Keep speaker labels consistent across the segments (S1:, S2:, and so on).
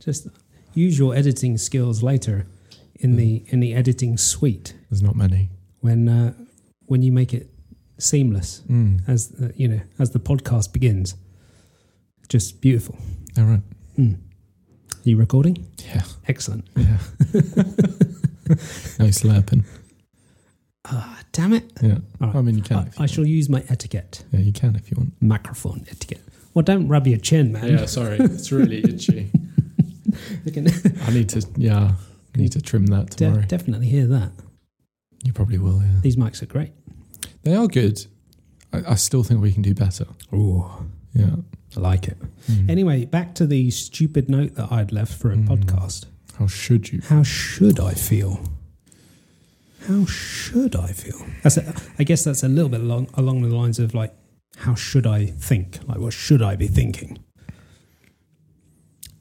S1: Just use your editing skills later in the
S2: Mm.
S1: in the editing suite
S2: There's not many.
S1: when uh, when you make it seamless
S2: Mm.
S1: as uh, you know as the podcast begins. Just beautiful.
S2: All right.
S1: Mm. You recording?
S2: Yeah.
S1: Excellent.
S2: Yeah. no slurping.
S1: Ah, damn it!
S2: Yeah.
S1: All right.
S2: I mean, you can.
S1: I,
S2: if you
S1: I shall use my etiquette,
S2: Yeah, you can if you want.
S1: microphone etiquette. Well, don't rub your chin, man.
S2: sorry. It's really itchy.
S1: You can de-
S2: I need to, yeah, I need to trim that tomorrow.
S1: definitely hear that.
S2: You probably will, yeah.
S1: These mics are great.
S2: They are good. I, I still think we can do better.
S1: Oh,
S2: Yeah.
S1: I like it.
S2: Mm.
S1: Anyway, back to the stupid note that I'd left for a
S2: Mm.
S1: podcast.
S2: How should you?
S1: How should I feel? How should I feel? That's a, I guess that's a little bit along along the lines of like, how should I think? Like, what should I be thinking?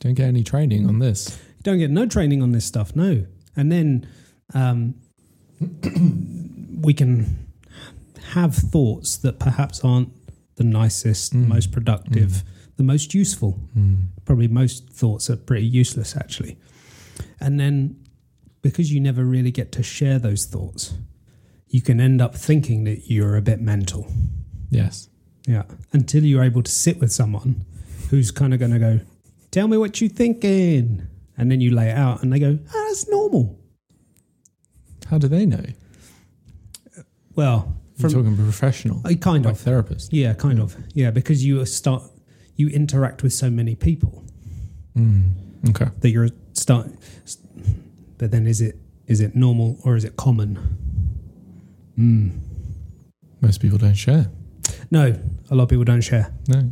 S2: Don't get any training on this.
S1: Don't get no training on this stuff, no. And then um, we can have thoughts that perhaps aren't the nicest,
S2: Mm.
S1: most productive, the most useful.
S2: Mm.
S1: probably most thoughts are pretty useless actually. And then because you never really get to share those thoughts, you can end up thinking that you're a bit mental.
S2: Yes.
S1: Yeah. Until you're able to sit with someone who's kind of going to go, tell me what you're thinking. And then you lay it out and they go, ah, that's normal.
S2: How do they know?
S1: Well,
S2: You're
S1: from,
S2: talking professional,
S1: uh, kind
S2: like
S1: of.
S2: therapist.
S1: Yeah, kind of. Yeah, because you start, you interact with so many people.
S2: Mm. Okay.
S1: that you're start but then is it is it normal or is it common mm.
S2: Most people don't share.
S1: no a lot of people don't share
S2: No.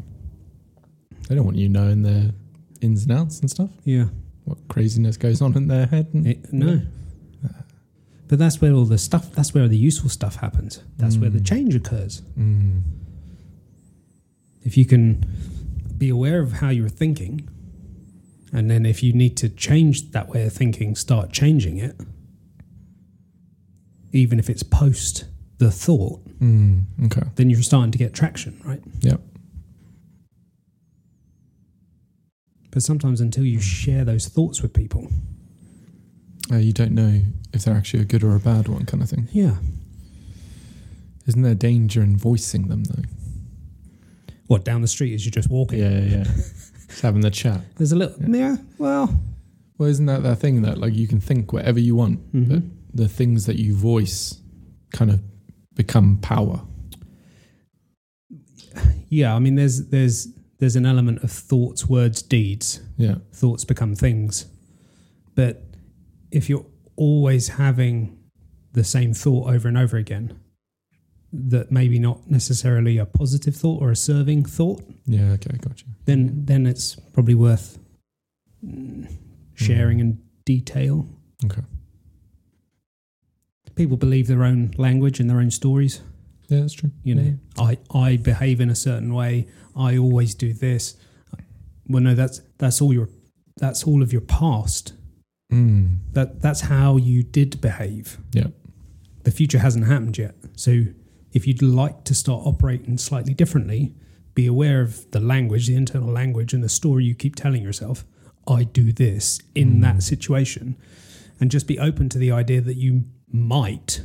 S2: They don't want you knowing their ins and outs and stuff.
S1: yeah
S2: What craziness goes on in their head. And,
S1: It- no but that's where all the stuff that's where the useful stuff happens that's where the
S2: Mm.
S1: change occurs
S2: Mm.
S1: if you can be aware of how you're thinking and then if you need to change that way of thinking start changing it even if it's post the thought
S2: Mm. Okay.
S1: then you're starting to get traction, right?
S2: Yep.
S1: But sometimes until you share those thoughts with people,
S2: Uh, you don't know if they're actually a good or a bad one, kind of thing.
S1: yeah.
S2: Isn't there danger in voicing them though?
S1: What down the street as you're just walking?
S2: Yeah, yeah. Just having the chat.
S1: There's a little yeah.
S2: Yeah.
S1: well,
S2: Well, isn't that that thing that like you can think whatever you want, but
S1: mhm.
S2: the things that you voice kind of become power.
S1: yeah. I mean, there's there's there's an element of thoughts, words, deeds.
S2: Yeah.
S1: Thoughts become things, but if you're always having the same thought over and over again, that maybe not necessarily a positive thought or a serving thought.
S2: Yeah. Okay. Gotcha.
S1: then then it's probably worth mm, sharing in detail.
S2: Okay.
S1: People believe their own language and their own stories.
S2: Yeah, that's true.
S1: You know,
S2: Yeah.
S1: I I behave in a certain way. I always do this. Well, no, that's that's all your that's all of your past.
S2: Mm.
S1: That that's how you did behave.
S2: Yeah.
S1: The future hasn't happened yet. So if you'd like to start operating slightly differently, be aware of the language, the internal language, and the story you keep telling yourself. I do this in
S2: Mm.
S1: that situation, and just be open to the idea that you might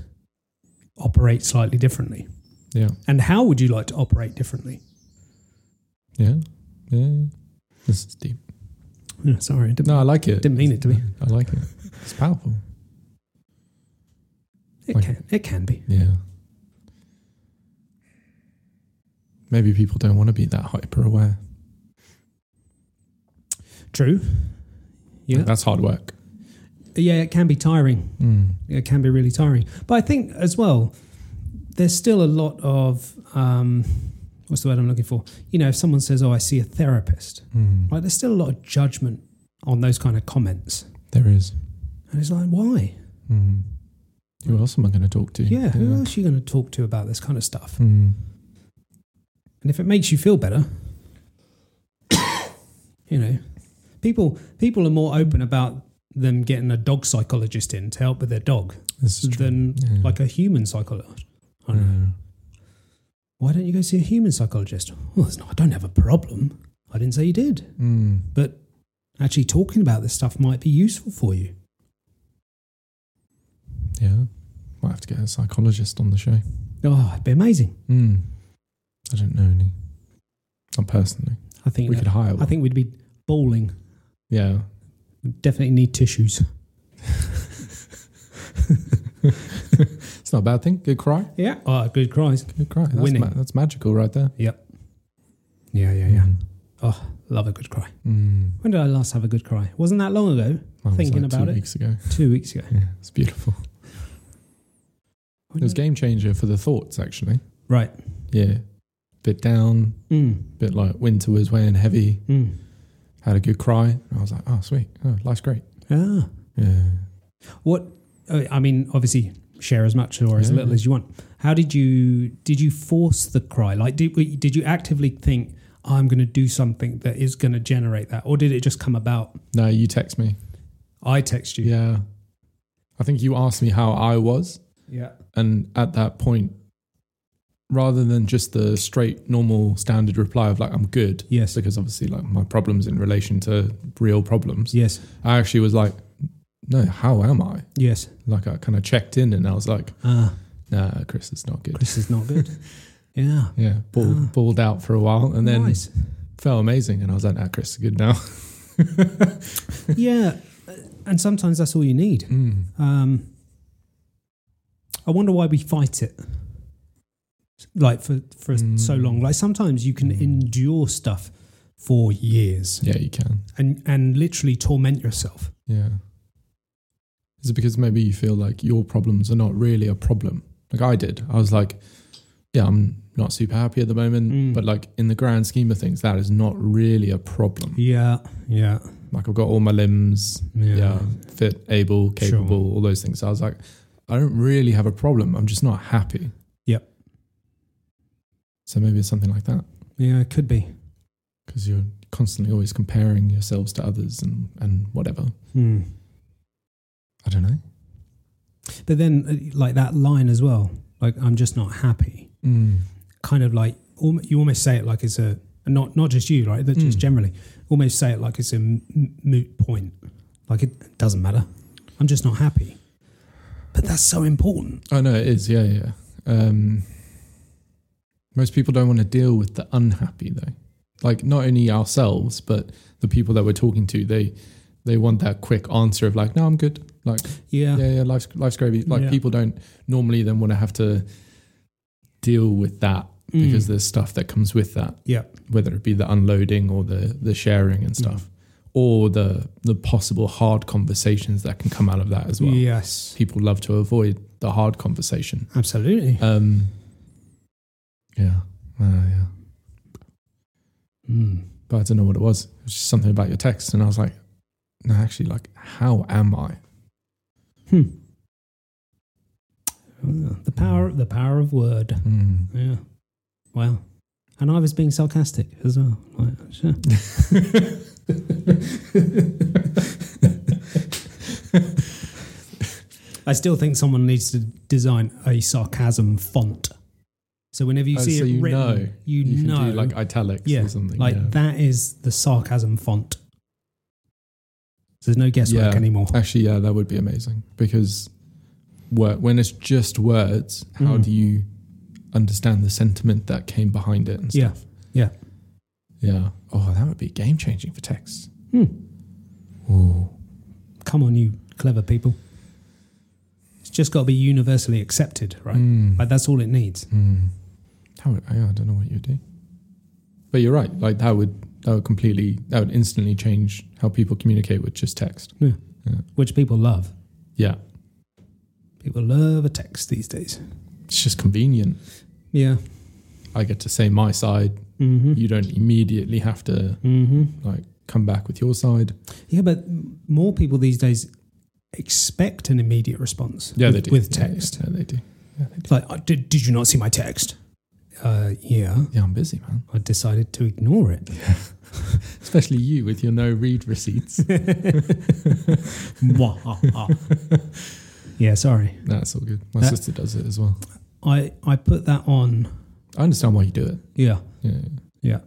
S1: operate slightly differently.
S2: Yeah.
S1: And how would you like to operate differently?
S2: Yeah. Yeah. This is deep.
S1: Yeah, sorry, I didn't-
S2: No, I like it.
S1: Didn't mean it to be.
S2: I like it. It's powerful.
S1: it
S2: like-
S1: can it can be.
S2: Yeah. Maybe people don't want to be that hyper aware.
S1: True. Yeah.
S2: That's hard work.
S1: Yeah, it can be tiring.
S2: Mm.
S1: it can be really tiring. But I think as well, there's still a lot of um, what's the word I'm looking for? You know, if someone says, "Oh, I see a therapist,"
S2: Mm.
S1: like there's still a lot of judgment on those kind of comments,
S2: There is.
S1: and it's like, why?
S2: Mm. Who else am I going to talk to?
S1: Yeah, who else are you going to talk to about this kind of stuff?
S2: Mm.
S1: And if it makes you feel better, you know, people people are more open about them getting a dog psychologist in to help with their dog
S2: This is true.
S1: than
S2: Yeah.
S1: like a human psychologist. I don't know.
S2: Yeah.
S1: why don't you go see a human psychologist? Well, it's not, I don't have a problem. I didn't say you did,
S2: Mm.
S1: but actually talking about this stuff might be useful for you.
S2: Yeah. Might have to get a psychologist on the show.
S1: Oh, it'd be amazing.
S2: Hmm. I don't know any. Not personally.
S1: I think
S2: We could hire one.
S1: I think we'd be bawling.
S2: yeah.
S1: We'd definitely need tissues.
S2: It's not a bad thing. Good cry.
S1: Yeah. Oh, good cries.
S2: Good cry. That's,
S1: Winning.
S2: ma- that's magical right there.
S1: Yeah, yeah, yeah. Love a good cry.
S2: Mm.
S1: When did I last have a good cry? Wasn't that long ago?
S2: Mine was
S1: Thinking
S2: like
S1: about
S2: two
S1: it.
S2: weeks ago.
S1: Two weeks ago.
S2: Yeah, it's beautiful. It was game changer for the thoughts actually.
S1: Right.
S2: Yeah, bit down,
S1: Mm,
S2: bit like winter was weighing heavy.
S1: mm.
S2: Had a good cry. I was like, oh sweet, oh life's great.
S1: Ah.
S2: Yeah.
S1: What? uh, I mean, obviously, share as much or as
S2: Yeah.
S1: little as you want. How did you did you force the cry? Like, did did you actively think I'm going to do something that is going to generate that, or did it just come about?
S2: No, you text me.
S1: I text you.
S2: Yeah. I think you asked me how I was,
S1: Yeah.
S2: and at that point, rather than just the straight normal standard reply of like I'm good,
S1: Yes.
S2: because obviously like my problems in relation to real problems,
S1: Yes.
S2: I actually was like, no, how am I?
S1: Yes.
S2: Like I kind of checked in and I was like,
S1: Ah,
S2: nah, Chris is not good.
S1: Chris is not good. yeah.
S2: Yeah, balled,
S1: Ah.
S2: balled out for a while and then
S1: nice.
S2: felt amazing. And I was like, nah, Chris is good now.
S1: yeah, and sometimes that's all you need.
S2: Mm.
S1: Um, I wonder why we fight it, like for for
S2: Mm.
S1: so long. Like sometimes you can
S2: Mm.
S1: endure stuff for years
S2: Yeah, you can.
S1: and and literally torment yourself.
S2: Yeah. Is it because maybe you feel like your problems are not really a problem? Like I did. I was like, yeah, I'm not super happy at the moment,
S1: Mm.
S2: but like in the grand scheme of things, that is not really a problem.
S1: Yeah, yeah,
S2: Like I've got all my limbs,
S1: yeah.
S2: yeah, fit, able,
S1: Sure.
S2: capable, all those things. So I was like, I don't really have a problem. I'm just not happy.
S1: Yep.
S2: So maybe it's something like that
S1: Yeah, it could be.
S2: because you're constantly always comparing yourselves to others and, and whatever.
S1: Hmm.
S2: I don't know.
S1: But then, uh, like that line as well. Like I'm just not happy.
S2: Mm.
S1: Kind of like alm- you almost say it like it's a and not not just you, right? That just
S2: Mm.
S1: generally almost say it like it's a m- m- moot point. Like it doesn't matter. I'm just not happy. But that's so important.
S2: Oh, no, it is. Yeah, yeah. Um, most people don't want to deal with the unhappy, though. Like, not only ourselves, but the people that we're talking to, they they want that quick answer of like, no, I'm good. Like,
S1: Yeah.
S2: yeah, yeah, life's life's gravy. Like
S1: Yeah.
S2: people don't normally then want to have to deal with that
S1: Mm.
S2: because there's stuff that comes with that.
S1: Yeah. Mm.
S2: Whether it be the unloading or the the sharing and stuff, or the the possible hard conversations that can come out of that as well.
S1: Yes.
S2: People love to avoid the hard conversation.
S1: Absolutely.
S2: Um, yeah, uh, yeah.
S1: Mm.
S2: But I don't know what it was. It was just something about your text, and I was like, no, actually, like, how am I?
S1: Hmm. Uh, The power the power of word.
S2: Hmm.
S1: Yeah. Wow. And I was being sarcastic as well. Like, sure.
S2: Hmm.
S1: I still think someone needs to design a sarcasm font. So whenever you
S2: Oh,
S1: see
S2: so
S1: it
S2: you
S1: written,
S2: know.
S1: you,
S2: you
S1: know,
S2: can do like italics
S1: Yeah,
S2: or something.
S1: like
S2: yeah.
S1: that is the sarcasm font. So there's no guesswork
S2: Yeah.
S1: anymore.
S2: Actually, yeah, that would be amazing because wor- when it's just words, how
S1: Mm.
S2: do you understand the sentiment that came behind it? And
S1: Yeah,
S2: stuff?
S1: yeah.
S2: yeah, Oh, that would be game changing for text.
S1: Hmm.
S2: Ooh.
S1: Come on, you clever people. It's just got to be universally accepted, right?
S2: Mm.
S1: Like that's all it needs.
S2: Mm. How would, I I don't know what you would do, but you're right. Like that would that would completely that would instantly change how people communicate with just text.
S1: Which people love.
S2: Yeah,
S1: People love a text these days.
S2: it's just convenient.
S1: Yeah.
S2: I get to say my side.
S1: Mm-hmm.
S2: You don't immediately have to
S1: Mm-hmm.
S2: like come back with your side.
S1: Yeah, but m- more people these days expect an immediate response.
S2: Yeah,
S1: with,
S2: they do
S1: with
S2: Yeah, yeah,
S1: text.
S2: Yeah, they do. Yeah, they do.
S1: It's Like, "Oh, did, did you not see my text? Uh, yeah,
S2: Yeah, I'm busy, man.
S1: I decided to ignore it.
S2: Especially you with your no read receipts.
S1: Mwah, ha, ha. yeah, sorry.
S2: That's all good. My
S1: That-
S2: sister does it as well.
S1: I I put that on.
S2: I understand why you do it.
S1: Yeah,
S2: Yeah.
S1: Yeah.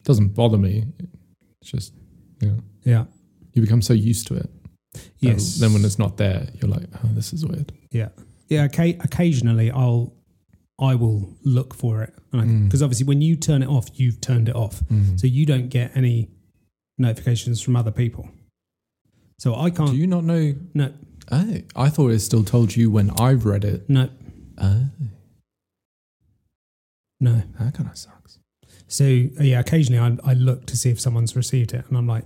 S2: It doesn't bother me. It's just Yeah.
S1: Yeah.
S2: You become so used to it. that
S1: Yes.
S2: Then when it's not there, you're like, oh, this is weird.
S1: Yeah. Yeah. Okay. Occasionally, I'll I will look for it
S2: Mm.
S1: because obviously, when you turn it off, you've turned it off, so you don't get any notifications from other people. So I can't.
S2: Do you not know?
S1: no.
S2: Oh, I thought it still told you when I've read it.
S1: No.
S2: Oh,
S1: No.
S2: that kind of sucks.
S1: So yeah, occasionally I, I look to see if someone's received it, and I'm like,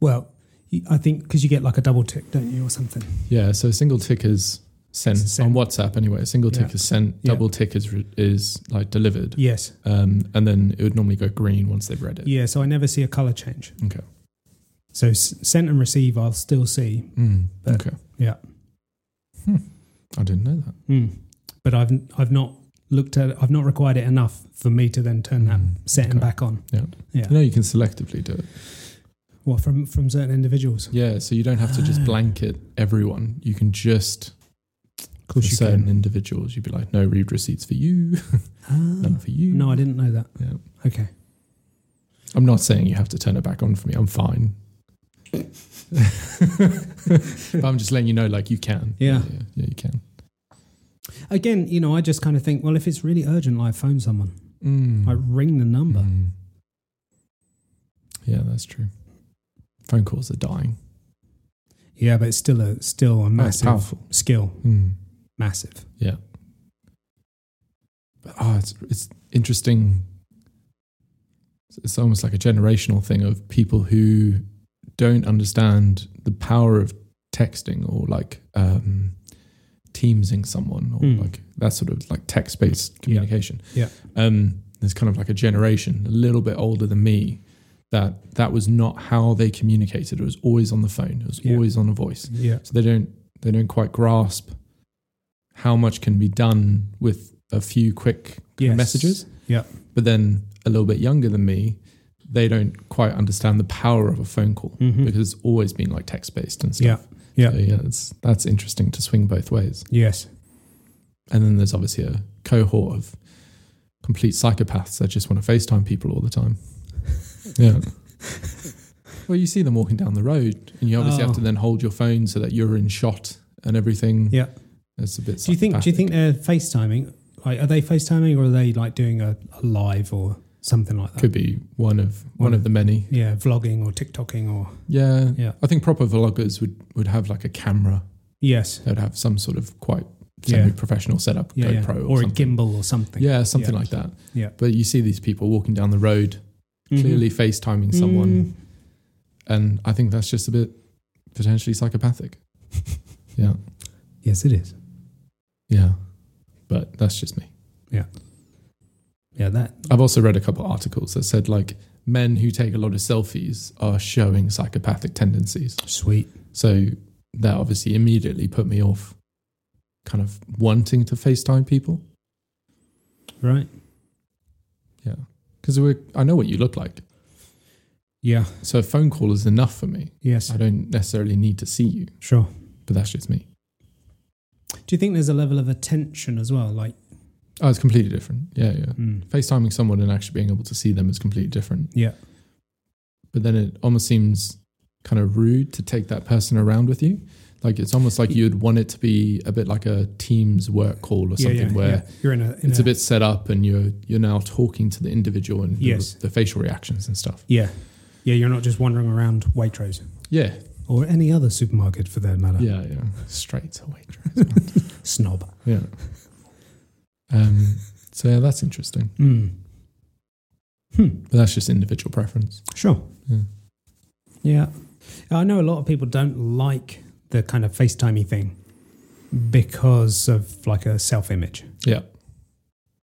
S1: well, you- I think because you get like a double tick, don't you, or something?
S2: Yeah. So a single tick is sent
S1: It's sent.
S2: on WhatsApp anyway. A single tick
S1: Yeah.
S2: is sent.
S1: Yeah.
S2: Double tick is re- is like delivered.
S1: Yes.
S2: Um, and then it would normally go green once they've read it.
S1: Yeah. So I never see a color change.
S2: Okay.
S1: So s- sent and receive, I'll still see,
S2: Mm,
S1: But-
S2: okay.
S1: yeah.
S2: Hmm. I didn't know that.
S1: Mm. But I've I've not looked at it, I've not required it enough for me to then turn that
S2: Mm,
S1: setting
S2: okay.
S1: back on.
S2: Yeah.
S1: Hmm. Yeah.
S2: You know, you can selectively do it.
S1: Well, from from certain individuals.
S2: Yeah. So you don't have to just blanket everyone. You can just
S1: Of
S2: for
S1: course you
S2: certain
S1: can.
S2: individuals. You'd be like, no read receipts for you, none
S1: Ah,
S2: for you.
S1: no, I didn't know that.
S2: Yeah.
S1: Okay.
S2: I'm not saying you have to turn it back on for me. I'm fine. but I'm just letting you know, like you can.
S1: Yeah.
S2: yeah, yeah, you can.
S1: Again, you know, I just kind of think, well, if it's really urgent, I phone someone.
S2: Mm.
S1: I ring the number.
S2: Mm. Yeah, that's true. Phone calls are dying.
S1: Yeah, but it's still a still a
S2: That's
S1: massive
S2: Oh, powerful.
S1: skill.
S2: Mm.
S1: Massive.
S2: Yeah. But, oh, it's it's interesting. It's- It's almost like a generational thing of people who don't understand the power of texting or like um, teamsing someone or
S1: Mm.
S2: like that sort of like text based communication.
S1: Yeah.
S2: Um, there's kind of like a generation a little bit older than me that that was not how they communicated. It was always on the phone. It was
S1: Yeah.
S2: always on a voice
S1: Yeah.
S2: so they don't they don't quite grasp how much can be done with a few quick kind of
S1: Yes.
S2: messages
S1: Yeah.
S2: but then a little bit younger than me they don't quite understand the power of a phone call
S1: Mhm.
S2: because it's always been like text based and
S1: Yeah.
S2: stuff
S1: Yeah.
S2: So, yeah it's, that's interesting to swing both ways
S1: Yes.
S2: and then there's obviously a cohort of complete psychopaths that just want to FaceTime people all the time. Yeah. well, you see them walking down the road, and you obviously
S1: Oh.
S2: have to then hold your phone so that you're in shot and everything.
S1: Yeah.
S2: It's a bit.
S1: Do you think do you
S2: psychopathic.
S1: think they're FaceTiming? Like are they FaceTiming or are they like doing a, a live or something like that?
S2: could be one of one of the many?
S1: yeah, vlogging or TikToking or
S2: Yeah.
S1: Yeah.
S2: I think proper vloggers would would have like a camera.
S1: yes,
S2: They'd have some sort of quite
S1: Yeah.
S2: semi-professional setup,
S1: yeah, yeah.
S2: GoPro or,
S1: or a
S2: something.
S1: gimbal or something.
S2: Yeah, something
S1: Yeah.
S2: like that.
S1: Yeah.
S2: But you see these people walking down the road,
S1: Mhm.
S2: clearly FaceTiming someone.
S1: Mm.
S2: And I think that's just a bit potentially psychopathic. yeah.
S1: Yes, it is.
S2: Yeah. But that's just me.
S1: Yeah, that.
S2: I've also read a couple of articles that said like men who take a lot of selfies are showing psychopathic tendencies.
S1: Sweet.
S2: So that obviously immediately put me off kind of wanting to FaceTime people.
S1: Right.
S2: Yeah. Because I know what you look like.
S1: Yeah.
S2: So a phone call is enough for me.
S1: Yes.
S2: I don't necessarily need to see you,
S1: Sure.
S2: but that's just me.
S1: Do you think there's a level of attention as well? Like,
S2: Oh, it's completely different. Yeah, yeah.
S1: mm,
S2: FaceTiming someone and actually being able to see them is completely different.
S1: yeah.
S2: but then it almost seems kind of rude to take that person around with you. Like it's almost like you'd want it to be a bit like a Teams work call or
S1: yeah,
S2: something
S1: yeah,
S2: where
S1: yeah. you're in a. in
S2: it's a bit set up and you're you're now talking to the individual and the-
S1: Yes.
S2: the, facial reactions and stuff.
S1: Yeah. Yeah, you're not just wandering around Waitrose
S2: Yeah,
S1: or any other supermarket for that matter.
S2: yeah, yeah. Straight to waitress.
S1: Snob.
S2: yeah. Um. So yeah, that's interesting.
S1: Mm. Hmm.
S2: But that's just individual preference.
S1: Sure.
S2: Yeah.
S1: Yeah. I know a lot of people don't like the kind of FaceTimey thing because of like a self image.
S2: Yeah.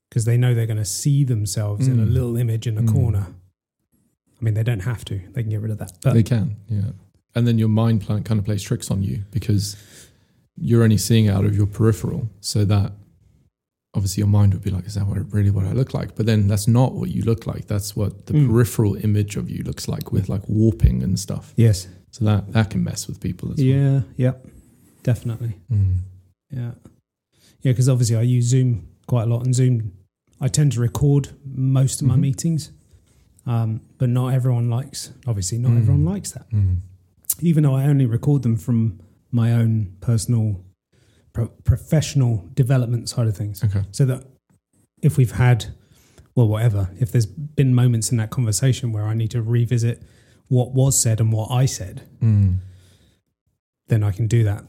S1: Because they know they're going to see themselves in a
S2: Mm.
S1: little image in a
S2: Mm.
S1: corner. I mean, they don't have to, they can get rid of that. But
S2: they can, yeah. And then your mind plan kind of plays tricks on you because you're only seeing out of your peripheral. So that obviously your mind would be like, is that what really what I look like? But then that's not what you look like. That's what the
S1: Mm.
S2: peripheral image of you looks like with like warping and stuff.
S1: yes.
S2: So that that can mess with people as well.
S1: yeah. Yep. Definitely.
S2: Mm.
S1: Yeah. Yeah. Because obviously I use Zoom quite a lot and Zoom, I tend to record most of my
S2: Mhm.
S1: meetings. Um, but not everyone likes, obviously, not
S2: Mm.
S1: everyone likes that.
S2: Mm.
S1: Even though I only record them from my own personal, pro- professional development side of things.
S2: Okay.
S1: So that if we've had, well, whatever, if there's been moments in that conversation where I need to revisit what was said and what I said,
S2: Mm.
S1: then I can do that.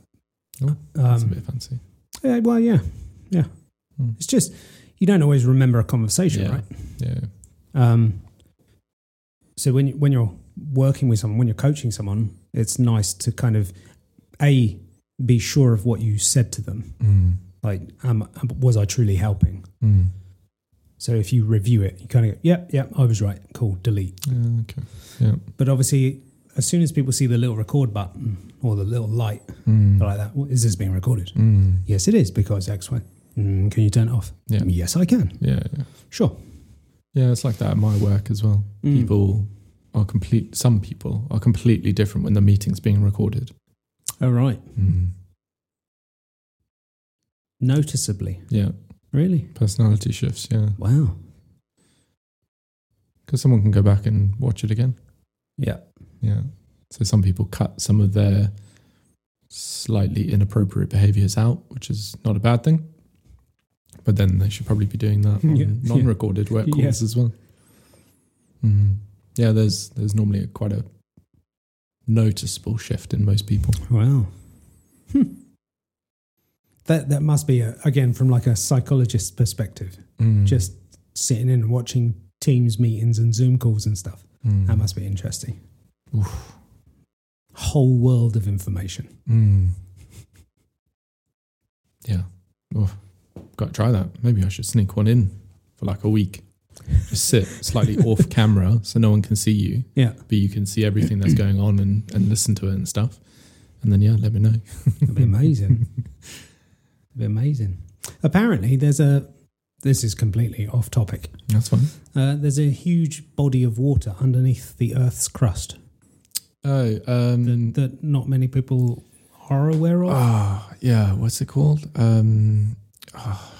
S2: Oh, That's a
S1: um,
S2: bit fancy.
S1: yeah, well, yeah, yeah.
S2: Hmm.
S1: It's just you don't always remember a conversation,
S2: Yeah.
S1: right?
S2: Yeah.
S1: Um, so when you, when you're working with someone, when you're coaching someone, it's nice to kind of a be sure of what you said to them.
S2: Mm.
S1: Like, um, was I truly helping?
S2: Mm.
S1: So if you review it, you kind of go, yep, yep, I was right. Cool, delete.
S2: Yeah, okay.
S1: But obviously, as soon as people see the little record button or the little light
S2: Mm.
S1: like that, "Well, is this being recorded?
S2: Mm.
S1: Yes, it is because X Y. Mm, can you turn it off?
S2: Yeah.
S1: Yes, I can.
S2: Yeah. Yeah.
S1: Sure.
S2: Yeah. It's like that at my work as well.
S1: Mm.
S2: People are complete. Some people are completely different when the meeting's being recorded.
S1: Oh right.
S2: Mm.
S1: Noticeably.
S2: Yeah.
S1: Really?
S2: Personality shifts. Yeah.
S1: Wow.
S2: Because someone can go back and watch it again.
S1: Yeah.
S2: Yeah. So some people cut some of their slightly inappropriate behaviors out, which is not a bad thing. But then they should probably be doing that on
S1: Yeah.
S2: non-recorded work calls
S1: Yeah.
S2: as well. Mm. Yeah, there's there's normally a, quite a noticeable shift in most people.
S1: Wow. Hmm. That that must be a, again from like a psychologist's perspective.
S2: Mm.
S1: Just sitting in and watching Teams meetings and Zoom calls and stuff.
S2: Mm.
S1: That must be interesting.
S2: Oof.
S1: Whole world of information.
S2: Mm. Yeah. Oof. Got to try that. Maybe I should sneak one in for like a week. Just sit slightly off camera so no one can see you.
S1: Yeah.
S2: but you can see everything that's going on and, and listen to it and stuff. And then yeah, let me know.
S1: It'd be amazing. It'd be amazing. Apparently there's a this is completely off topic.
S2: That's fine.
S1: Uh, there's a huge body of water underneath the Earth's crust.
S2: Oh, um,
S1: that, that not many people are aware of.
S2: ah, yeah. What's it called? Um, ah.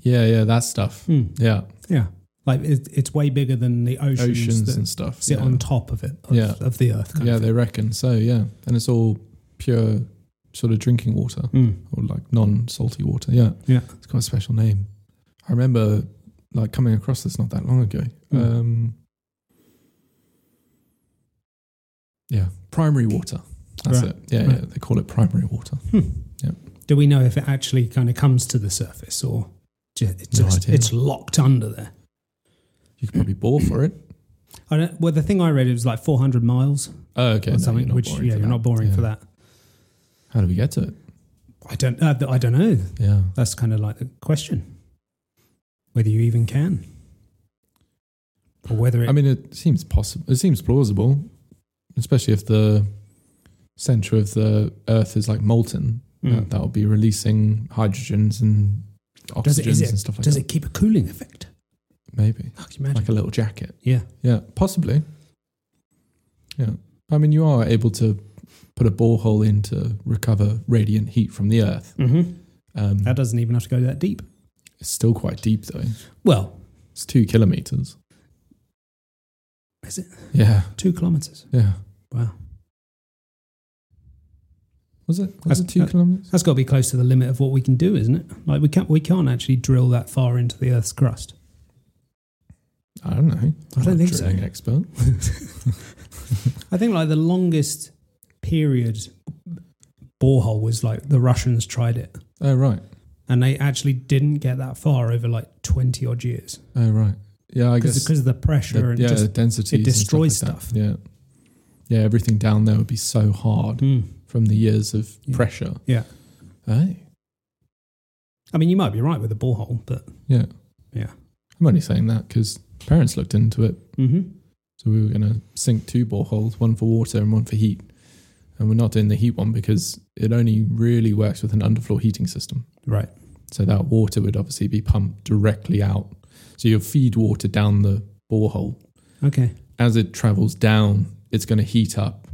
S2: yeah, yeah, that stuff.
S1: Hmm.
S2: Yeah,
S1: Yeah, like it, it's way bigger than the oceans,
S2: oceans
S1: that
S2: and stuff.
S1: sit
S2: yeah.
S1: on top of it, of,
S2: Yeah.
S1: of the Earth. Kind
S2: yeah,
S1: of
S2: they
S1: thing.
S2: reckon so. Yeah, and it's all pure sort of drinking water
S1: Mm.
S2: or like non-salty water. Yeah,
S1: Yeah.
S2: It's got a special name. I remember like coming across this not that long ago.
S1: Hmm.
S2: Um, yeah, primary water. That's
S1: Right.
S2: it. Yeah, yeah,
S1: Right.
S2: they call it primary water.
S1: Do we know if it actually kind of comes to the surface or ju- it's
S2: No
S1: just
S2: idea.
S1: it's locked under there?
S2: You could probably bore for it.
S1: I don't, well, the thing I read it was like 400 miles
S2: Oh, okay.
S1: or
S2: no,
S1: something,
S2: you're not
S1: which
S2: boring
S1: yeah,
S2: for
S1: you're
S2: that.
S1: not boring
S2: Yeah.
S1: for that.
S2: How do we get to it?
S1: I don't, uh, I don't know.
S2: Yeah,
S1: That's kind of like the question: whether you even can, or whether it.
S2: I mean, it seems possible. It seems plausible, especially if the center of the Earth is like molten.
S1: Mm.
S2: That, that will be releasing hydrogens and oxygens
S1: Does it- is it-
S2: and stuff like
S1: does
S2: that.
S1: it keep a cooling effect?
S2: Maybe
S1: Oh, can you imagine?
S2: like a little jacket.
S1: yeah.
S2: Yeah, possibly. Yeah. I mean, you are able to put a borehole in to recover radiant heat from the Earth.
S1: Mm-hmm.
S2: Um,
S1: That doesn't even have to go that deep.
S2: it's still quite deep, though.
S1: Well,
S2: It's two kilometers.
S1: Is it?
S2: Yeah.
S1: two kilometers.
S2: Yeah.
S1: Wow.
S2: Was it? Was
S1: That's-
S2: it two
S1: that-
S2: kilometers?
S1: That's got to be close to the limit of what we can do, isn't it? Like we can't we can't actually drill that far into the Earth's crust.
S2: I don't know.
S1: I don't
S2: I'm
S1: think
S2: not a
S1: so.
S2: drilling Expert.
S1: I think like the longest period borehole was like the Russians tried it,
S2: Oh right.
S1: and they actually didn't get that far over like twenty odd years
S2: Oh right. Yeah, I guess.
S1: because of the pressure
S2: the-
S1: and
S2: yeah,
S1: just
S2: density.
S1: destroys stuff.
S2: Yeah. Yeah, everything down there would be so hard
S1: Mm.
S2: from the years of
S1: Yeah.
S2: pressure.
S1: Yeah.
S2: Oh.
S1: I mean, you might be right with the borehole, but
S2: Yeah.
S1: Yeah.
S2: I'm only saying that because parents looked into it.
S1: mm-hmm.
S2: So we were going to sink two boreholes, one for water and one for heat. And we're not doing the heat one because it only really works with an underfloor heating system.
S1: right,
S2: So that water would obviously be pumped directly out. So you'll feed water down the borehole.
S1: okay,
S2: As it travels down, it's going to heat up,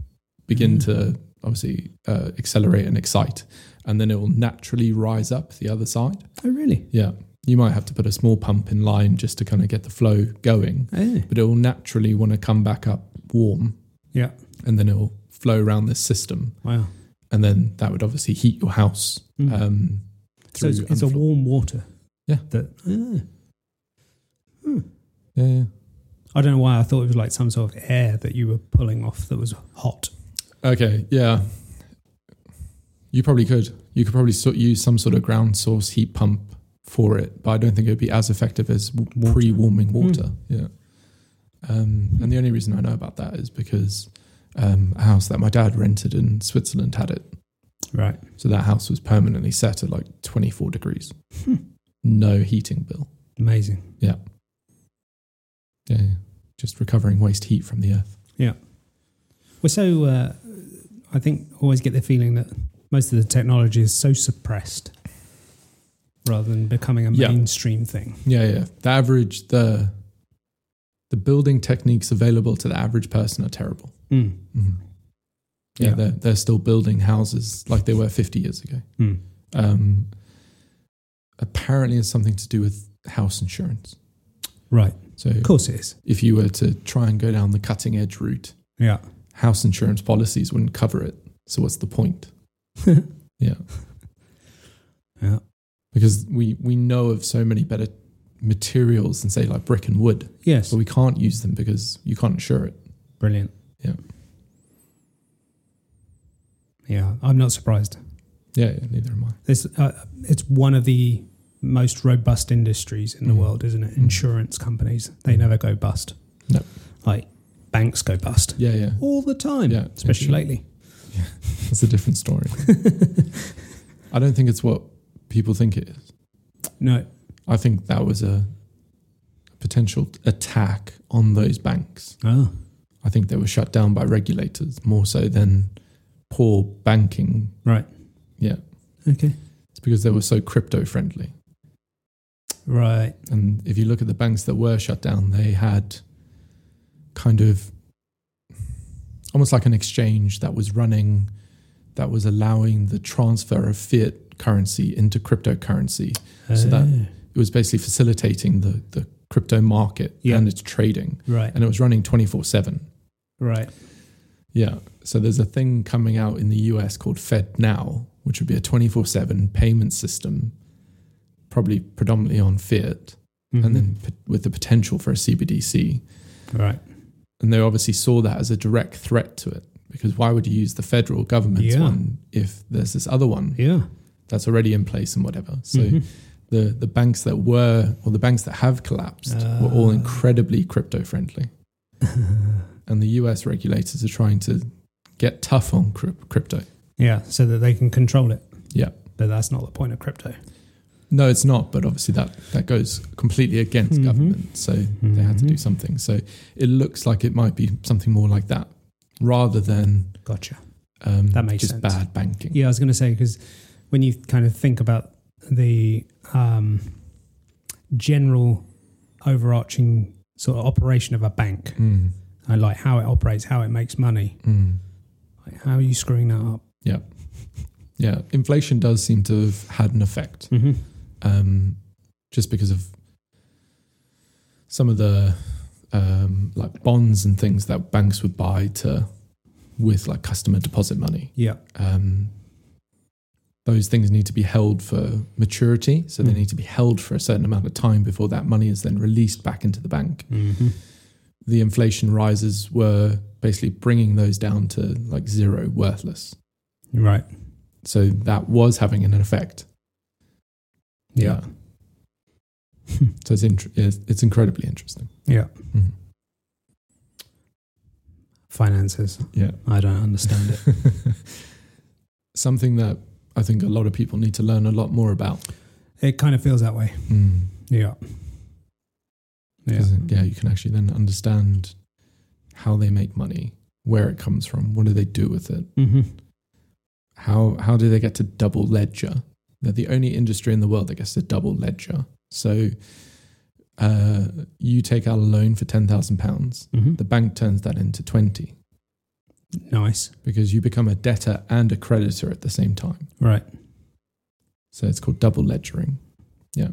S2: begin
S1: Mm.
S2: to obviously uh, accelerate and excite. And then it will naturally rise up the other side.
S1: oh really?
S2: Yeah. You might have to put a small pump in line just to kind of get the flow going,
S1: Eh,
S2: but it will naturally want to come back up warm.
S1: Yeah.
S2: And then it will flow around this system.
S1: wow.
S2: And then that would obviously heat your house.
S1: Mm.
S2: Um,
S1: so it's,
S2: through
S1: it's a
S2: unflo-
S1: warm water.
S2: Yeah.
S1: That eh.
S2: Yeah, yeah.
S1: I don't know why I thought it was like some sort of air that you were pulling off that was hot.
S2: Okay, yeah. You probably could. You could probably sort use some sort of ground source heat pump for it, but I don't think it would be as effective as
S1: Water. Hmm.
S2: w pre-warming water. Yeah. Um, and the only reason I know about that is because um, a house that my dad rented in Switzerland had it.
S1: Right.
S2: So that house was permanently set at like 24 degrees.
S1: Hmm.
S2: No heating bill.
S1: Amazing.
S2: Yeah, yeah. Just recovering waste heat from the earth.
S1: We're so. Uh, I think always get the feeling that most of the technology is so suppressed, rather than becoming a
S2: Yeah.
S1: mainstream thing.
S2: Yeah, yeah. The average the the building techniques available to the average person are terrible.
S1: Mm.
S2: Mhm. Yeah,
S1: Yeah.
S2: They're, they're still building houses like they were 50 years ago.
S1: Mm.
S2: Um, apparently, it's something to do with house insurance.
S1: Right.
S2: So,
S1: Of course it is.
S2: if you were to try and go down the cutting edge route,
S1: Yeah.
S2: house insurance policies wouldn't cover it. So, what's the point? Yeah.
S1: Yeah.
S2: Because we, we know of so many better materials than, say, like brick and wood,
S1: Yes.
S2: but we can't use them because you can't insure it.
S1: Brilliant.
S2: Yeah.
S1: Yeah. I'm not surprised.
S2: Yeah, yeah, neither am I.
S1: It's uh, it's one of the most robust industries in the
S2: Mhm.
S1: world, isn't it?
S2: Mhm.
S1: Insurance companies they
S2: Mm-hmm.
S1: never go bust.
S2: No.
S1: like banks go bust
S2: Yeah, yeah.
S1: all the time.
S2: Yeah.
S1: especially
S2: Yeah.
S1: lately.
S2: It's a different story. I don't think it's what people think it is.
S1: No,
S2: I think that was a potential attack on those banks.
S1: oh,
S2: I think they were shut down by regulators more so than poor banking.
S1: right,
S2: Yeah.
S1: okay,
S2: It's because they were so crypto friendly.
S1: right,
S2: And if you look at the banks that were shut down, they had kind of almost like an exchange that was running, that was allowing the transfer of fiat currency into cryptocurrency. So that-
S1: Oh,
S2: it was basically facilitating the, the crypto market
S1: Yeah.
S2: and its trading
S1: Oh, right,
S2: and it was running 24-7
S1: right,
S2: yeah so there's a thing coming out in the us called fed now which would be a 24-7 payment system probably predominantly on fiat
S1: Mm-hmm.
S2: and then p- with the potential for a cbdc
S1: Mhm. right,
S2: and they obviously saw that as a direct threat to it because why would you use the federal government's
S1: Yeah.
S2: one if there's this other one
S1: yeah,
S2: that's already in place and whatever so
S1: Mhm.
S2: the the banks that were or the banks that have collapsed were all
S1: Ah.
S2: incredibly crypto friendly,
S1: Mm-hmm.
S2: and the U.S. regulators are trying to get tough on cryp- crypto.
S1: yeah, so that they can control it.
S2: Yeah.
S1: but that's not the point of crypto.
S2: No, it's not, but obviously that that goes completely against
S1: Mhm.
S2: government, so they had to do
S1: Mhm.
S2: something. So it looks like it might be something more like that, rather than
S1: Gotcha.
S2: um,
S1: That makes
S2: just
S1: sense.
S2: bad banking.
S1: Yeah, I was going to say because when you kind of think about the um, general overarching sort of operation of a bank,
S2: Mm,
S1: and like how it operates, how it makes money,
S2: mm.
S1: like how are you screwing that up?
S2: Yeah, inflation does seem to have had an effect.
S1: Mm-hmm.
S2: um, just because of some of the um, like bonds and things that banks would buy to with like customer deposit money.
S1: Yeah.
S2: Um, those things need to be held for maturity, so they
S1: Mm.
S2: need to be held for a certain amount of time before that money is then released back into the bank.
S1: Mm-hmm.
S2: The inflation rises were basically bringing those down to like zero, worthless.
S1: Right.
S2: So that was having an effect.
S1: Yeah.
S2: Yeah. so it's, int- it's it's incredibly interesting.
S1: Yeah.
S2: Mhm.
S1: Finances.
S2: Yeah.
S1: I don't understand it.
S2: Something that I think a lot of people need to learn a lot more about.
S1: it kind of feels that way. Yeah. Yeah.
S2: 'Cause, uh, yeah, you can actually then understand how they make money, where it comes from, what do they do with it,
S1: Mm-hmm.
S2: how how do they get to double ledger? They're the only industry in the world that gets to double ledger. So uh, you take out a loan for ten thousand pounds,
S1: Mm-hmm.
S2: the bank turns that into twenty
S1: Nice.
S2: because you become a debtor and a creditor at the same time.
S1: Right.
S2: So it's called double ledgering. Yeah.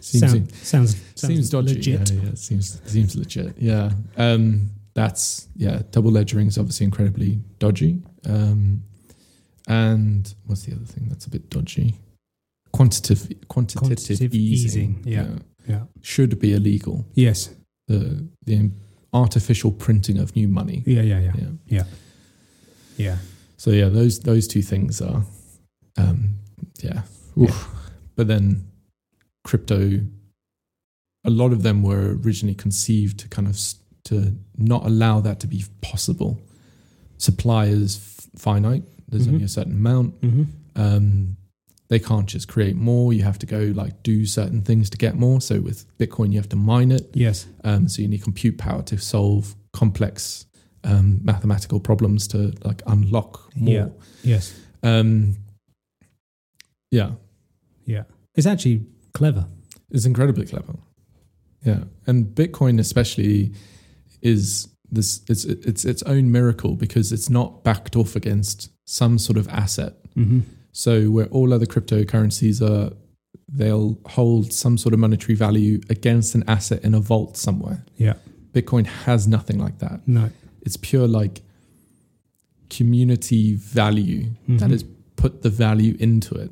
S2: Seems
S1: Sound- sounds sounds
S2: seems dodgy.
S1: legit.
S2: Yeah, yeah, it seems seems legit. Yeah. Um, that's yeah. Double ledgering is obviously incredibly dodgy. Um, and what's the other thing that's a bit dodgy? Quantitative quantitative,
S1: Quantitative
S2: easing.
S1: easing, yeah. Yeah.
S2: Should be illegal.
S1: Yes.
S2: The the artificial printing of new money.
S1: Yeah, yeah, yeah,
S2: yeah.
S1: yeah.
S2: So yeah, those those two things are, um, yeah. Oof. But then, crypto. A lot of them were originally conceived to kind of s- to not allow that to be possible. Supply is f- finite. There's
S1: Mhm.
S2: only a certain amount.
S1: Mm-hmm.
S2: Um, they can't just create more. You have to go like do certain things to get more. So with Bitcoin, you have to mine it.
S1: Yes.
S2: Um, so you need compute power to solve complex um, mathematical problems to like unlock more.
S1: Yes.
S2: Yeah. Um, yeah,
S1: It's actually clever.
S2: it's incredibly clever. Yeah, and Bitcoin especially is this it's it's its own miracle because it's not backed off against some sort of asset.
S1: Mm-hmm.
S2: So where all other cryptocurrencies are, they'll hold some sort of monetary value against an asset in a vault somewhere.
S1: Yeah.
S2: Bitcoin has nothing like that.
S1: No.
S2: it's pure like community value that
S1: Mhm.
S2: has put the value into it.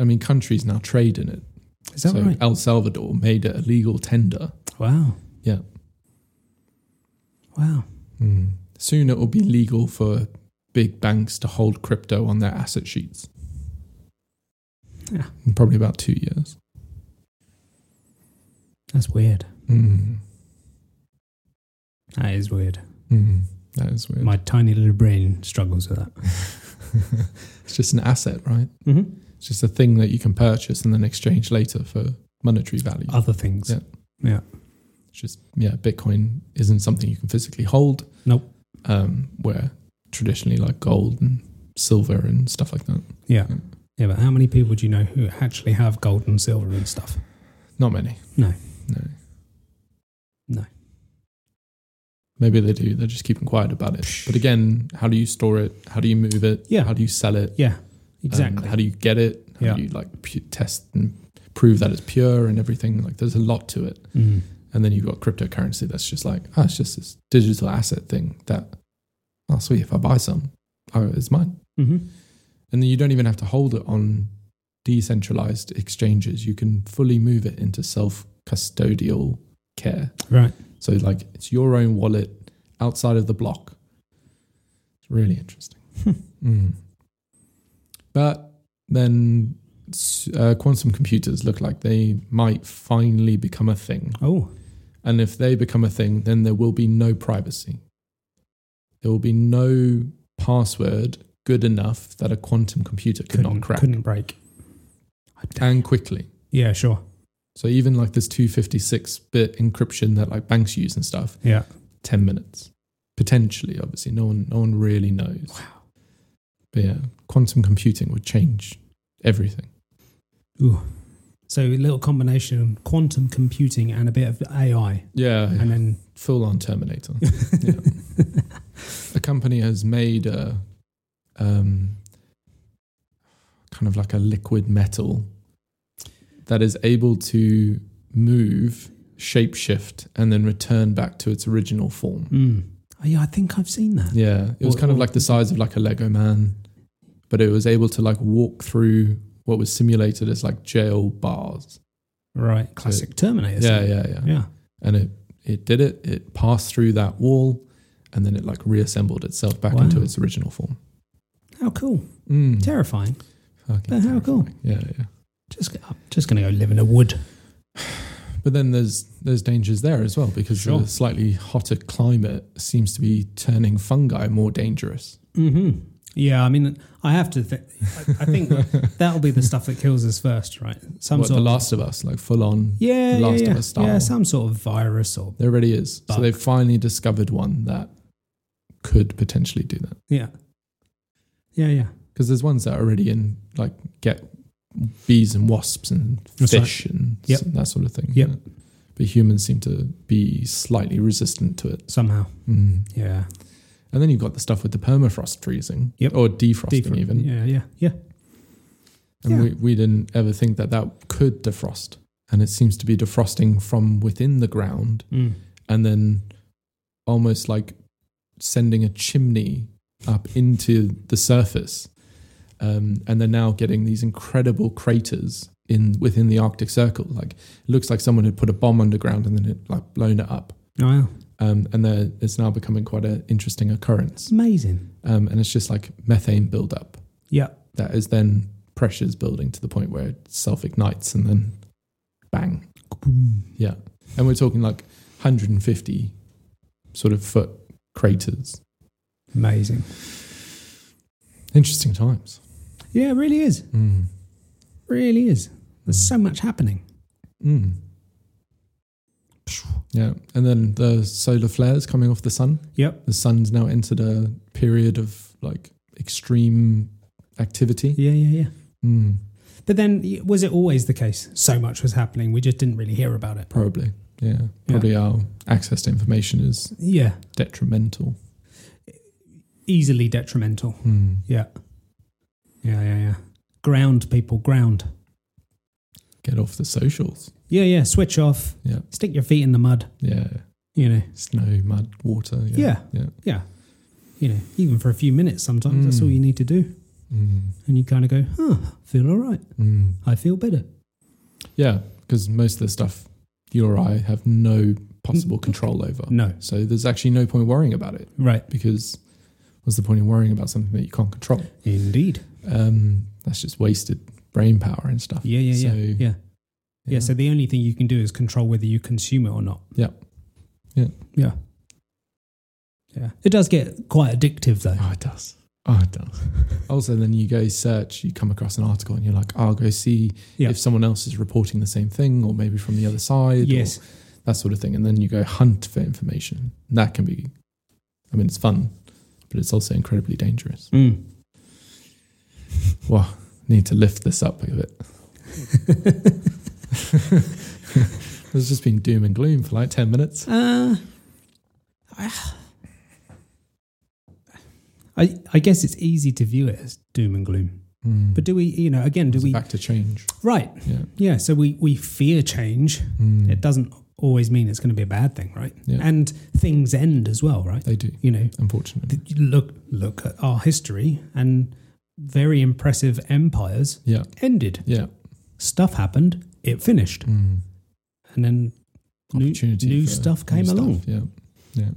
S2: I mean, countries now trade in it.
S1: Is that
S2: so
S1: right?
S2: El Salvador made it a legal tender.
S1: Wow.
S2: Yeah.
S1: Wow. Hmm.
S2: Soon it will be legal for big banks to hold crypto on their asset sheets.
S1: Yeah.
S2: In probably about two years.
S1: That's weird. Hmm.
S2: Mm.
S1: That is weird.
S2: Mm. That is weird.
S1: My tiny little brain struggles with that.
S2: it's just an asset, right?
S1: Mm-hmm.
S2: It's just a thing that you can purchase and then exchange later for monetary value.
S1: Other things.
S2: Yeah. It's just yeah, Bitcoin isn't something you can physically hold.
S1: Nope.
S2: Um, where traditionally like gold and silver and stuff like that.
S1: Yeah.
S2: Mm.
S1: Yeah, but how many people do you know who actually have gold and silver and stuff?
S2: Not many.
S1: No.
S2: No.
S1: No.
S2: Maybe they do. They're just keeping quiet about it. But again, how do you store it? How do you move it?
S1: Yeah.
S2: How do you sell it?
S1: Yeah.
S2: Um,
S1: Exactly.
S2: how do you get it? How
S1: Yeah.
S2: do you like pu- test and prove that it's pure and everything? Like there's a lot to it.
S1: Mm.
S2: And then you've got cryptocurrency that's just like, oh, it's just this digital asset thing that, oh, sweet, if I buy some, oh, it's mine.
S1: Mm-hmm.
S2: And then you don't even have to hold it on decentralized exchanges. You can fully move it into self custodial care.
S1: Right.
S2: So, like, it's your own wallet outside of the block. It's really interesting. Mm. But then s- uh, quantum computers look like they might finally become a thing.
S1: Oh,
S2: And if they become a thing, then there will be no privacy. There will be no password good enough that a quantum computer could
S1: couldn't,
S2: not crack
S1: couldn't break.
S2: and quickly.
S1: Yeah, sure.
S2: So even like this 256 bit encryption that like banks use and stuff,
S1: Yeah.
S2: 10 minutes. Potentially, obviously. No one no one really knows.
S1: Wow.
S2: But yeah, quantum computing would change everything.
S1: So a little combination of quantum computing and a bit of AI,
S2: Yeah.
S1: and then
S2: full on Terminator. yeah. A company has made a um, kind of like a liquid metal that is able to move, shapeshift, and then return back to its original form.
S1: Mm. Oh, yeah, I think I've seen that.
S2: Yeah, it was
S1: Or-
S2: kind of
S1: or-
S2: like the size of like a Lego man, but it was able to like walk through what was simulated as like jail bars.
S1: Right, classic Terminator.
S2: Yeah,
S1: isn't it?
S2: yeah, yeah.
S1: yeah.
S2: and it it did it. It passed through that wall, and then it like reassembled itself back
S1: Wow.
S2: into its original form.
S1: How cool!
S2: Mm.
S1: Terrifying.
S2: Fucking
S1: But how cool.
S2: terrifying. Yeah, yeah.
S1: Just, I'm just gonna go live in a wood.
S2: But then there's there's dangers there as well because
S1: Sure.
S2: the slightly hotter climate seems to be turning fungi more dangerous.
S1: Mm-hmm. Yeah, I mean, I have to. Th- I, I think that'll be the stuff that kills us first, right? Some
S2: What,
S1: sort
S2: the
S1: of
S2: Last of Us, like full on.
S1: yeah,
S2: The Last
S1: yeah,
S2: of
S1: yeah.
S2: Us style.
S1: yeah, some sort of virus or
S2: There already is.
S1: Bug.
S2: So they've finally discovered one that could potentially do that
S1: yeah, yeah, yeah.
S2: because there's ones that are already in like get bees and wasps and
S1: That's right.
S2: fish and
S1: Yep.
S2: s- that sort of thing.
S1: Yep.
S2: Yeah. But humans seem to be slightly resistant to it.
S1: Somehow,
S2: Mm.
S1: yeah,
S2: And then you've got the stuff with the permafrost freezing
S1: Yep.
S2: or defrosting
S1: Different.
S2: even.
S1: Yeah, yeah, yeah.
S2: And
S1: Yeah.
S2: we, we didn't ever think that that could defrost. and it seems to be defrosting from within the ground
S1: Mm.
S2: and then almost like sending a chimney up into the surface. Um, and they're now getting these incredible craters in within the Arctic Circle. Like it looks like someone had put a bomb underground and then it like blown it up.
S1: Oh, wow.
S2: Um, and they're- it's now becoming quite an interesting
S1: It's
S2: occurrence.
S1: amazing.
S2: Um, and it's just like methane buildup
S1: Yeah.
S2: that is then pressures building to the point where it self ignites and then bang, Yeah. And we're talking like 150 sort of foot craters.
S1: Amazing.
S2: Interesting times.
S1: Yeah, it really is.
S2: Mm.
S1: Really is. There's so much happening.
S2: Mm. Yeah. And then the solar flares coming off the sun.
S1: Yep.
S2: The sun's now entered a period of like extreme activity.
S1: Yeah, yeah, yeah.
S2: Mm.
S1: But then, y- was it always the case? So much was happening. We just didn't really hear about it.
S2: Probably. Yeah. Probably our access to information is
S1: Yeah.
S2: detrimental.
S1: Easily detrimental.
S2: Mm.
S1: Yeah. Yeah, yeah, yeah. Ground, people, ground.
S2: Get off the socials.
S1: Yeah, yeah. Switch off.
S2: Yeah.
S1: Stick your feet in the mud,
S2: Yeah.
S1: you know.
S2: Snow, mud, water.
S1: Yeah.
S2: Yeah.
S1: You know, even for a few minutes sometimes, that's
S2: Mm.
S1: all you need to do.
S2: Mm.
S1: And you kind of go, huh, feel all right.
S2: Mm.
S1: I feel better.
S2: Yeah, because most of the stuff you or I have no possible control over.
S1: No.
S2: So there's actually no point worrying about it
S1: Right.
S2: because what's the point in worrying about something that you can't control?
S1: Indeed.
S2: Um, that's just wasted brain power and stuff.
S1: Yeah, yeah, yeah.
S2: So,
S1: yeah. Yeah. So the only thing you can do is control whether you consume it or not.
S2: Yeah. Yeah.
S1: Yeah. Yeah. It does get quite addictive though.
S2: oh, it does. Oh, it does. also, then you go search, you come across an article, and you're like, oh, I'll go see
S1: Yeah.
S2: if someone else is reporting the same thing, or maybe from the other side,
S1: Yes.
S2: or that sort of thing. And then you go hunt for information. And that can be, I mean, it's fun, but it's also incredibly dangerous.
S1: Mm.
S2: need to lift this up a bit. There's just been doom and gloom for like 10 minutes.
S1: Uh, I I guess it's easy to view it as doom and gloom.
S2: Mm.
S1: But do we, you know, again, do
S2: It's
S1: we
S2: back to change?
S1: Right.
S2: Yeah.
S1: Yeah, so we we fear change.
S2: Mm.
S1: It doesn't always mean it's going to be a bad thing, right?
S2: Yeah.
S1: And things end as well, right?
S2: They do,
S1: You know,
S2: unfortunately.
S1: th- look look at our history and very impressive empires
S2: Yeah.
S1: ended.
S2: Yeah.
S1: Stuff happened, it finished,
S2: Mm.
S1: and then new,
S2: Opportunity
S1: new
S2: for
S1: stuff came
S2: new stuff,
S1: along.
S2: Yeah.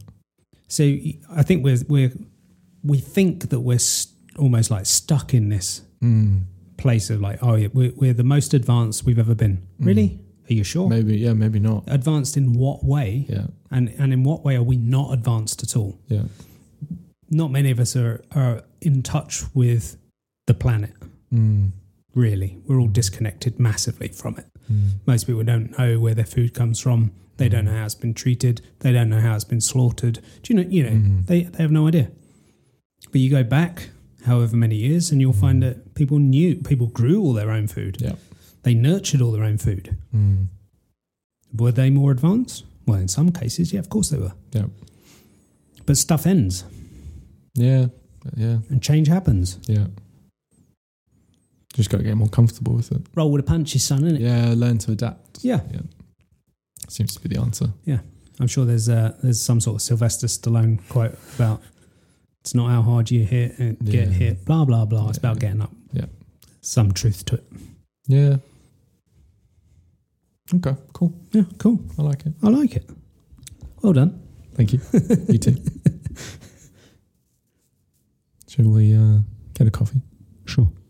S1: So y- I think we're we're we think that we're st- almost like stuck in this
S2: Mm.
S1: place of like, oh, yeah, we're, we're the most advanced we've ever been.
S2: Mm.
S1: Really? Are you sure?
S2: Maybe, yeah, maybe not.
S1: Advanced in what way?
S2: Yeah.
S1: and and in what way are we not advanced at all?
S2: Yeah.
S1: Not many of us are are in touch with the planet.
S2: Mm.
S1: Really, we're all disconnected massively from it.
S2: Mm.
S1: Most people don't know where their food comes from. They don't know how it's been treated. They don't know how it's been slaughtered. Do you know? You know,
S2: Mhm.
S1: they they have no idea. But you go back however many years, and you'll find that people knew people grew all their own food.
S2: Mm. Yeah.
S1: They nurtured all their own food.
S2: Mm.
S1: Were they more advanced? Well, in some cases, yeah, of course they were.
S2: Yeah.
S1: But stuff ends.
S2: Yeah. Yeah.
S1: and change happens.
S2: Yeah. Just got to get more comfortable with it.
S1: Roll with the punches, son, innit?
S2: Yeah. Learn to adapt.
S1: Yeah.
S2: Seems to be the answer.
S1: I'm sure there's uh, there's some sort of Sylvester Stallone quote about it's not how hard you hit and get
S2: Yeah.
S1: hit, blah blah blah. It's
S2: Yeah.
S1: about getting up.
S2: Yeah.
S1: Some truth to it.
S2: Yeah. Okay. Cool.
S1: Yeah, cool.
S2: I like it.
S1: I like it. Well done.
S2: Thank you. you too. Shall we uh, get a coffee?
S1: Sure.